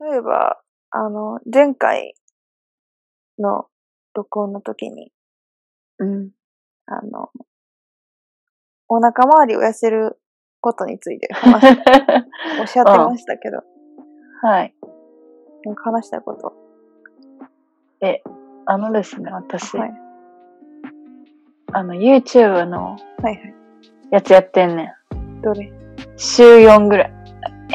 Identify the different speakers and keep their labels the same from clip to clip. Speaker 1: 例えば、あの、前回の録音の時に、
Speaker 2: うん。
Speaker 1: あの、お腹周りを痩せることについて話しおっしゃってましたけど、
Speaker 2: はい。
Speaker 1: なんか話したいことは。
Speaker 2: あのですね、私、
Speaker 1: はい。
Speaker 2: あの、YouTube の
Speaker 1: はいはい。
Speaker 2: やつやってんねん。
Speaker 1: どれ
Speaker 2: 週4ぐらい。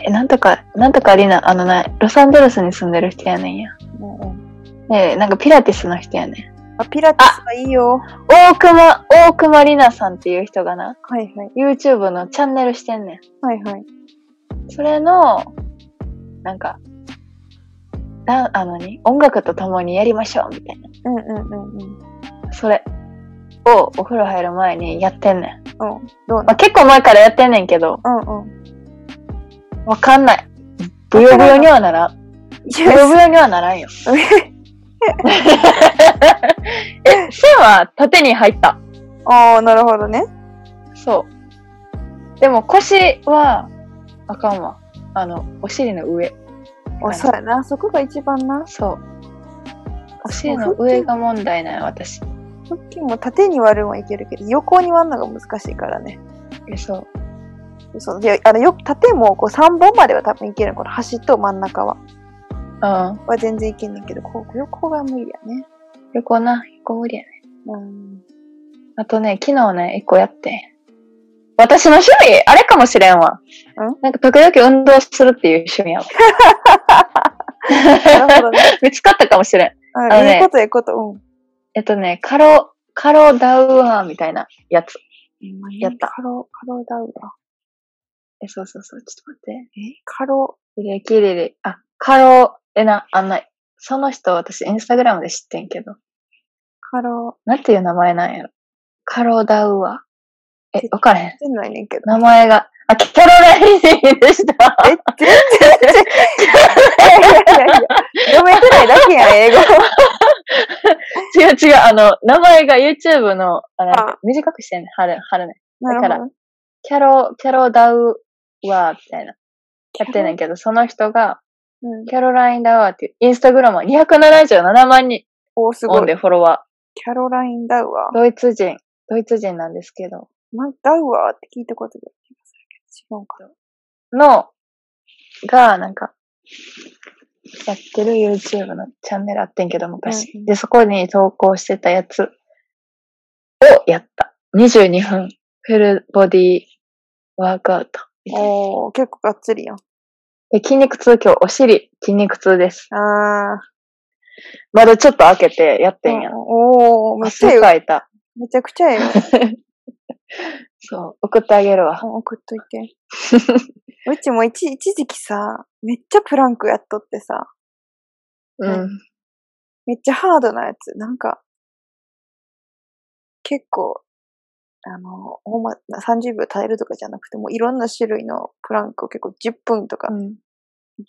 Speaker 2: え、なんとか、なんとかリナ、あのな、ロサンゼルスに住んでる人やねんや。
Speaker 1: もううん
Speaker 2: で、なんかピラティスの人やねん。
Speaker 1: あ、ピラティスがいいよ。は
Speaker 2: 大熊、大熊リナさんっていう人がな、
Speaker 1: いはい。
Speaker 2: YouTube のチャンネルしてんね
Speaker 1: はいはい。
Speaker 2: ん。それの、なんか、だあのに、音楽と共にやりましょうみたいな。
Speaker 1: うんうんうんうん。
Speaker 2: それをお風呂入る前にやってんねん。
Speaker 1: うん。どう
Speaker 2: ま
Speaker 1: な
Speaker 2: あ、結構前からやってんねんけど、
Speaker 1: うんうん。
Speaker 2: わかんない。ブヨブヨにはならん。
Speaker 1: い
Speaker 2: ブヨ
Speaker 1: や
Speaker 2: ブヨにはならんよ。 え、線は縦に入った。
Speaker 1: ああ、なるほどね。
Speaker 2: そう。でも腰は、あかんわ。あの、お尻の上。
Speaker 1: お、そうやな。そこが一番な。
Speaker 2: そう。お尻の上が問題なんよ私。
Speaker 1: 腹筋も縦に割るのはいけるけど、横に割るのが難しいからね。
Speaker 2: えそう。
Speaker 1: そうであのよ縦もこう3本までは多分いけるのこの端と真ん中は
Speaker 2: うん。
Speaker 1: は全然いけんねんけどこう横が無理やね
Speaker 2: 横な、横無理やね。
Speaker 1: うん
Speaker 2: あとね、昨日ね、一個やって。私の趣味、あれかもしれん
Speaker 1: ん
Speaker 2: わ。なんか時々運動するっていう趣味やわ。
Speaker 1: なるほどね、
Speaker 2: 見つかったかもしれん。
Speaker 1: うん、
Speaker 2: あのね
Speaker 1: いいこといいことうん
Speaker 2: えっとね、カロ、カロダウアーみたいなやつ。やった
Speaker 1: カロカロダウア
Speaker 2: え、そうそうそう、ちょっと待って。
Speaker 1: ーえカロ
Speaker 2: キレキレレ、あ、カロ、えな、あんない。その人、私、インスタグラムで知ってんけど。
Speaker 1: カロ
Speaker 2: なんていう名前なんやろ。カロダウアー。え、わからへん。
Speaker 1: 全然ないねんけど
Speaker 2: 名前が。あ、キャロラインでした。
Speaker 1: え全然全然いやいやいやいや読めてないだけやん英 語
Speaker 2: 違う違う、あの、名前が YouTube の、あれ
Speaker 1: あ
Speaker 2: 短くしてんね。はる、はるね。
Speaker 1: なる
Speaker 2: だか
Speaker 1: ほど
Speaker 2: キャロ、キャロダウアーみたいな。やってんねんけど、その人が、
Speaker 1: うん、
Speaker 2: キャロライン・ダウアーっていう、インスタグラマー277万人
Speaker 1: おーす
Speaker 2: オ
Speaker 1: ご
Speaker 2: ン
Speaker 1: い
Speaker 2: でフォロワ
Speaker 1: キャロライン・ダウア
Speaker 2: ー。
Speaker 1: ー、
Speaker 2: ドイツ人、ドイツ人なんですけど、
Speaker 1: ま、ダウアーって聞いたことがある気がするけど違うか
Speaker 2: の、が、なんか、やってる YouTube のチャンネルあってんけど、昔。
Speaker 1: うんうん
Speaker 2: で、そこに投稿してたやつをやった。22分、フルボディワークアウト。
Speaker 1: おー結構がっつりやん
Speaker 2: で、筋肉痛、今日お尻、筋肉痛です。
Speaker 1: ああ
Speaker 2: まだちょっと開けてやってんや。
Speaker 1: おおーめっちゃ
Speaker 2: 汗
Speaker 1: よ
Speaker 2: かいた。
Speaker 1: めちゃくちゃええ よ。
Speaker 2: そう、送ってあげる わ。
Speaker 1: 送っといて。うちも一一時期さ、めっちゃプランクやっとってさ、
Speaker 2: うん。
Speaker 1: めっちゃハードなやつ。なんか、結構、あの、ほんま、30秒耐えるとかじゃなくて、もういろんな種類のプランクを結構10分とか
Speaker 2: うん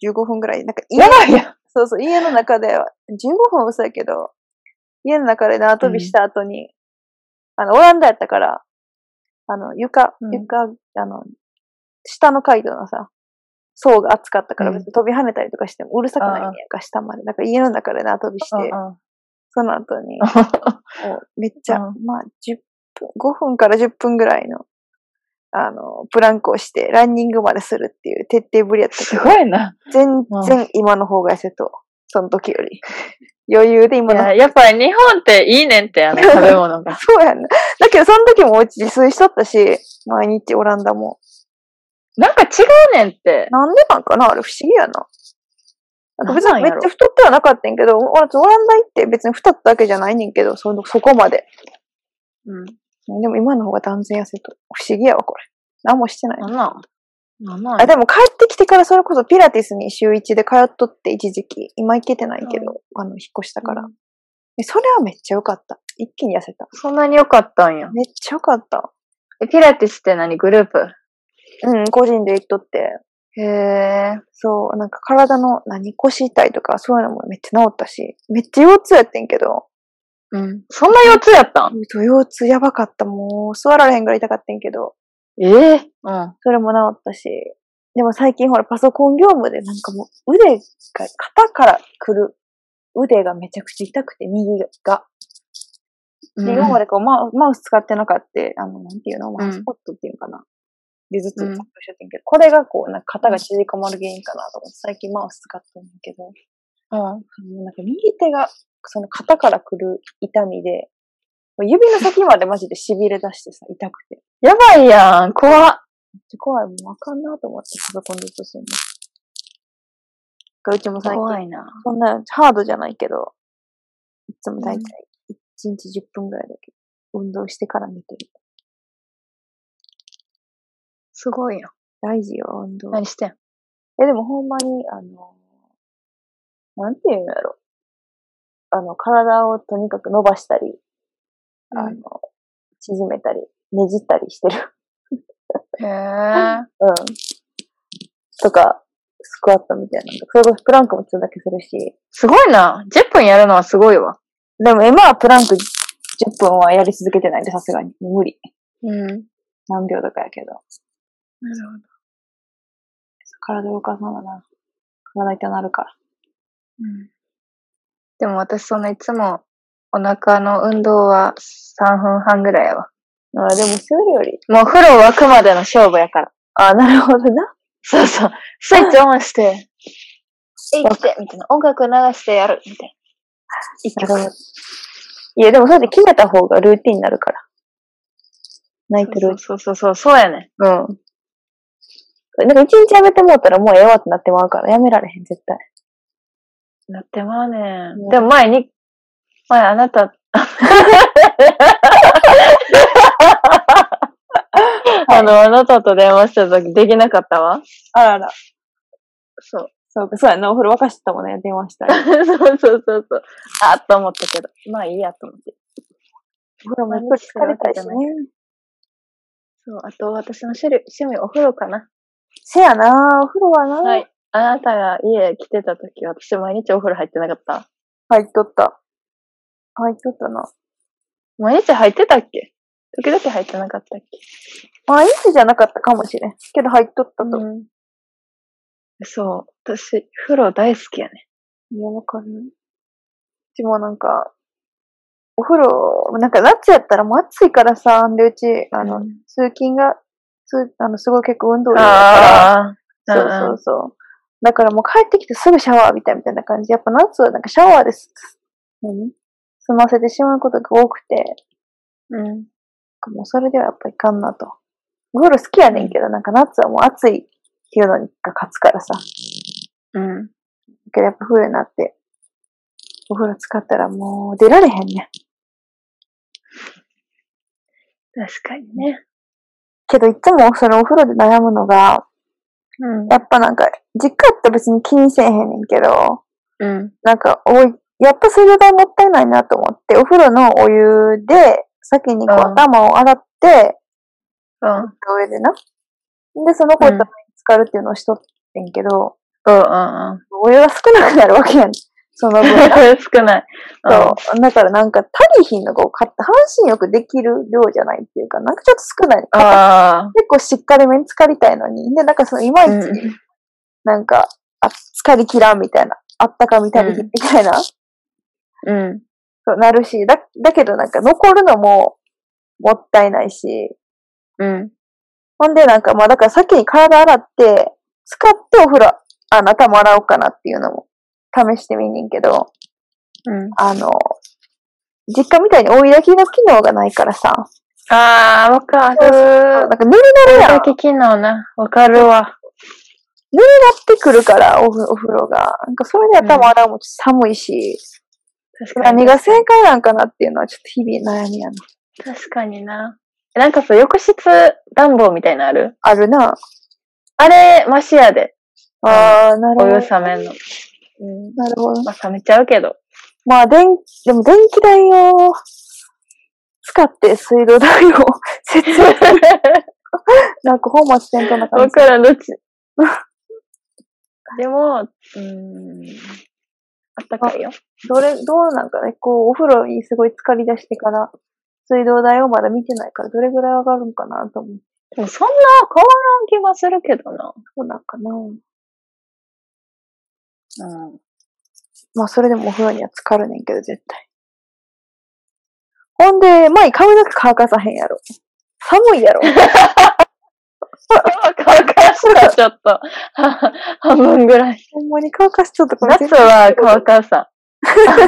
Speaker 1: 15分ぐらい、なんか家
Speaker 2: やばいや
Speaker 1: そうそう、家の中では、15分は嘘やけど、家の中で縄跳びした後に、あの、オランダやったから、あの、床
Speaker 2: う、ん
Speaker 1: 床、あの、下の階段のさ、層が厚かったから
Speaker 2: うん
Speaker 1: 別に飛び跳ねたりとかしてもうるさくないねやんか、下まで。なんか家の中で縄跳びして、
Speaker 2: ん。
Speaker 1: その後に、こうめっちゃ、
Speaker 2: う
Speaker 1: まあ、10分、5分から10分ぐらいの、あの、プランクをして、ランニングまでするっていう徹底ぶりやったけど
Speaker 2: すごいな。
Speaker 1: 全然今の方が痩せとう。その時より。 余裕で
Speaker 2: い
Speaker 1: 今の。
Speaker 2: や、やっぱり日本っていいねんって、 あの、食べ物が。
Speaker 1: そうやんな。だけどその時もおうち自炊しとったし、毎日オランダも。
Speaker 2: なんか違うねんって。
Speaker 1: なんでなんかなあれ不思議やな。なんか別にめっちゃ太ってはなかったんやけど、オランダ行って別に太ったわけじゃないねんけど、そのそこまで。
Speaker 2: うん。
Speaker 1: でも今の方が断然痩せとう。不思議やわ、これ。何もしてない。
Speaker 2: なんなんなんなん
Speaker 1: あ、でも帰ってきてからそれこそピラティスに週1で通っとって一時期。今行けてないけど、あの、引っ越したから。えそれはめっちゃ良かった。一気に痩せた。
Speaker 2: そんなに良かったんや。
Speaker 1: めっちゃ良かった。
Speaker 2: え、ピラティスって何グループ
Speaker 1: うん、個人で行っとって。
Speaker 2: へえ。
Speaker 1: そう、なんか体の何腰痛いとかそういうのもめっちゃ治ったし、めっちゃ腰痛やってんけど、
Speaker 2: うん。そんな腰痛やったん
Speaker 1: そう腰痛やばかった。もう座られへんぐらい痛かったんけど、
Speaker 2: ええうん。
Speaker 1: それも治ったし、でも最近ほらパソコン業務でなんかもう腕が、肩から来る腕がめちゃくちゃ痛くて、右が。
Speaker 2: う
Speaker 1: で、
Speaker 2: ん
Speaker 1: 今までこうマウマウス使ってなかった、あの、なんていうの、ま
Speaker 2: う
Speaker 1: あ、
Speaker 2: ん
Speaker 1: スポットっていうのかな。で、ずっと
Speaker 2: うん
Speaker 1: 使ってしゃってんけど、これがこう、なんか肩が縮こまる原因かなと思って、最近マウス使ってんだけど、も
Speaker 2: あ
Speaker 1: うなんか右手が、その肩から来る痛みで、もう指の先までマジで痺れ出してさ、痛くて。
Speaker 2: やばいやん、怖っ。
Speaker 1: めっちゃ怖い、もうあかんなと思って、パソコンでずっとするの。うちも最近
Speaker 2: 怖、いな。
Speaker 1: そんなハードじゃないけど、いつもだいたい1日10分ぐらいだけど、運動してから寝てる。
Speaker 2: すごいよ。
Speaker 1: 大事よ、運動。
Speaker 2: 何してん
Speaker 1: え、でもほんまに、あの、なんていうんだろう。あの、体をとにかく伸ばしたり、あの、縮めたり、ねじったりしてる。
Speaker 2: へえ。
Speaker 1: うん。とか、スクワットみたいなのとか。それこそプランクもちょっとだけするし。
Speaker 2: すごいな。10分やるのはすごいわ。
Speaker 1: でも今はプランク10分はやり続けてないんで、さすがに。無理。
Speaker 2: うん。なる
Speaker 1: 何秒とかやけど。
Speaker 2: ほど。
Speaker 1: 体動かさなな。体痛なるから。
Speaker 2: うん。でも私そんないつもお腹の運動は3分半ぐらいやわ。
Speaker 1: あでも、それより。
Speaker 2: もう風呂沸くまでの勝負やから。
Speaker 1: あ、なるほどな。
Speaker 2: そうそう。スイッチオンして、えいって、みたいな。音楽流してやる、みたい
Speaker 1: 一曲。いや、でもそうやって決めた方がルーティンになるから。泣いて
Speaker 2: な
Speaker 1: る。。
Speaker 2: そうそうそう、そうやね。
Speaker 1: うん。なんか一日やめてもうたらもうええわってなってまうから、やめられへん、絶対。
Speaker 2: なってまうね
Speaker 1: うん
Speaker 2: ん。でも前に、前あなた、 あの、あなたと電話した時できなかったわ。
Speaker 1: あらあら。
Speaker 2: そう。
Speaker 1: そうか、そうやな。お風呂沸かしてたもんね、電話したら。
Speaker 2: そうそうそうそう。あっと思ったけど。まあいいやと思って。
Speaker 1: お風呂もやっぱり疲れたいしね。
Speaker 2: そう、あと私の趣味、趣味お風呂かな。
Speaker 1: せやな、お風呂はな、
Speaker 2: はい。あなたが家来てた時、私毎日お風呂入ってなかった。
Speaker 1: 入っとった。入っとったな。
Speaker 2: 毎日入ってたっけ時々入ってなかったっけ
Speaker 1: 毎日じゃなかったかもしれん。けど入っとったと。
Speaker 2: うん。そう。私、風呂大好きやね。
Speaker 1: いや、わかる。うちもなんか、お風呂、なんか夏やったらもう暑いからさ、で、うち、あの、
Speaker 2: うん
Speaker 1: 通勤が、つあの、すごい結構運動量だか
Speaker 2: ああ。
Speaker 1: ら、そ
Speaker 2: う
Speaker 1: うんそうそう。だからもう帰ってきてすぐシャワーみたいみたいな感じ。やっぱ夏はなんかシャワーです。何済ませてしまうことが多くて、
Speaker 2: うん。うん。
Speaker 1: もうそれではやっぱいかんなと。お風呂好きやねんけど、なんか夏はもう暑いっていうのが勝つからさ。
Speaker 2: うん。
Speaker 1: だけどやっぱ冬になって、お風呂使ったらもう出られへんね。
Speaker 2: 確かにね。
Speaker 1: けどいつもそのお風呂で悩むのが、
Speaker 2: うん
Speaker 1: やっぱなんか、実家って別に気にせえへんねんけど、
Speaker 2: うん。
Speaker 1: なんかおい、やっぱそれがもったいないなと思って、お風呂のお湯で、先にこう
Speaker 2: うん
Speaker 1: 頭を洗って、
Speaker 2: うん。
Speaker 1: 上でな。で、その子と
Speaker 2: うん
Speaker 1: に浸かるっていうのをしとってんけど、
Speaker 2: うんうんうん。
Speaker 1: お湯が少なくなるわけやん。その分。
Speaker 2: 少ない。
Speaker 1: そう。だからなんか、足りひんのがこう、か半身浴できる量じゃないっていうか、なんかちょっと少ない。
Speaker 2: うん。ああ。
Speaker 1: 結構しっかりめに浸かりたいのに。で、なんかその、いまいち、
Speaker 2: うん
Speaker 1: なんか、あ、疲れきらんみたいな。あったかみたりひんみたいな。
Speaker 2: うん。
Speaker 1: そうなるし、だ、だけどなんか残るのももったいないし。
Speaker 2: うん。
Speaker 1: ほんでなんかまあだから先に体洗って、使ってお風呂、あの、頭洗おうかなっていうのも試してみんねんけど、
Speaker 2: うん。
Speaker 1: あの、実家みたいに追い炊きの機能がないからさ、
Speaker 2: ああ、わかる。
Speaker 1: なんかぬりぬりやん、なっ
Speaker 2: だけ機能な。わかるわ。
Speaker 1: てくるから、お風お風呂が。なんかそれで頭洗うのもちょっと寒いし、
Speaker 2: 確か
Speaker 1: 何
Speaker 2: に。
Speaker 1: が正解なんかなっていうのはちょっと日々悩みやな。
Speaker 2: 確かにな。なんかそう、浴室暖房みたいなのある
Speaker 1: あるな。
Speaker 2: あれ、マシやで。
Speaker 1: ああ、なる
Speaker 2: お
Speaker 1: ほ
Speaker 2: 湯
Speaker 1: ど。
Speaker 2: 冷めんの。うん。
Speaker 1: なるほど。
Speaker 2: まあ、冷めちゃう けど。
Speaker 1: まあ、電、でも電気代を使って水道代を 節約、なんか本末転倒な感
Speaker 2: わ
Speaker 1: じ。
Speaker 2: からん、どっち。でも、うーん。あったかいよ。
Speaker 1: どれ、どうなんかね、こう、お風呂にすごい浸かり出してから、水道代をまだ見てないから、どれぐらい上がるんかなと思う。
Speaker 2: でもそんな変わらん気がするけどな。
Speaker 1: そうなんかな。
Speaker 2: うん。
Speaker 1: まあ、それでもお風呂には浸かるねんけど、絶対。ほんで、前髪の毛乾かさへんやろ。寒いやろ。
Speaker 2: 乾かした、ちょっと。半分ぐらい。
Speaker 1: ほんまに乾かしちゃったから
Speaker 2: 夏は乾かさ ん。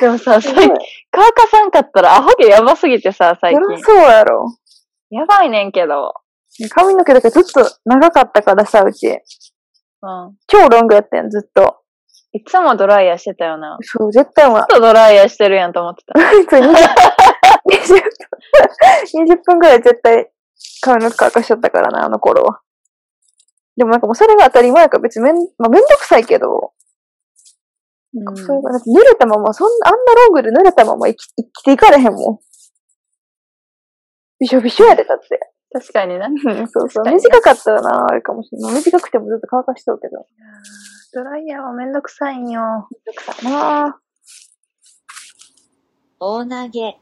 Speaker 2: でもさ、
Speaker 1: す
Speaker 2: 最
Speaker 1: ごい
Speaker 2: 近、乾かさんかったらアホ毛やばすぎてさ、最
Speaker 1: そりゃ
Speaker 2: 近。
Speaker 1: そうやろ。
Speaker 2: やばいねんけど。
Speaker 1: 髪の毛だけずっと長かったからさ、うち。
Speaker 2: うん。
Speaker 1: 超ロングやったやん、ずっと。
Speaker 2: いつもドライヤーしてたよな。
Speaker 1: そう、絶対もう
Speaker 2: ち、ょっとドライヤーしてるやんと思ってた。
Speaker 1: 普通に 20, 分、20分ぐらい絶対髪の毛乾かしちゃったからな、あの頃は。でもなんかもうそれが当たり前やから別にめん、まあ、めんどくさいけど、
Speaker 2: うん
Speaker 1: そうだって濡れたまま、そんな、あんなロングで濡れたまま生き生きていかれへんもん。びしょびしょやで、だって。
Speaker 2: 確かにな。
Speaker 1: そうそう。
Speaker 2: 確かに
Speaker 1: 短かったらな、あれかもしれない。短くてもずっと乾かしとうけど。
Speaker 2: ドライヤーはめんどくさいんよ。
Speaker 1: なあ。
Speaker 3: 大投げ。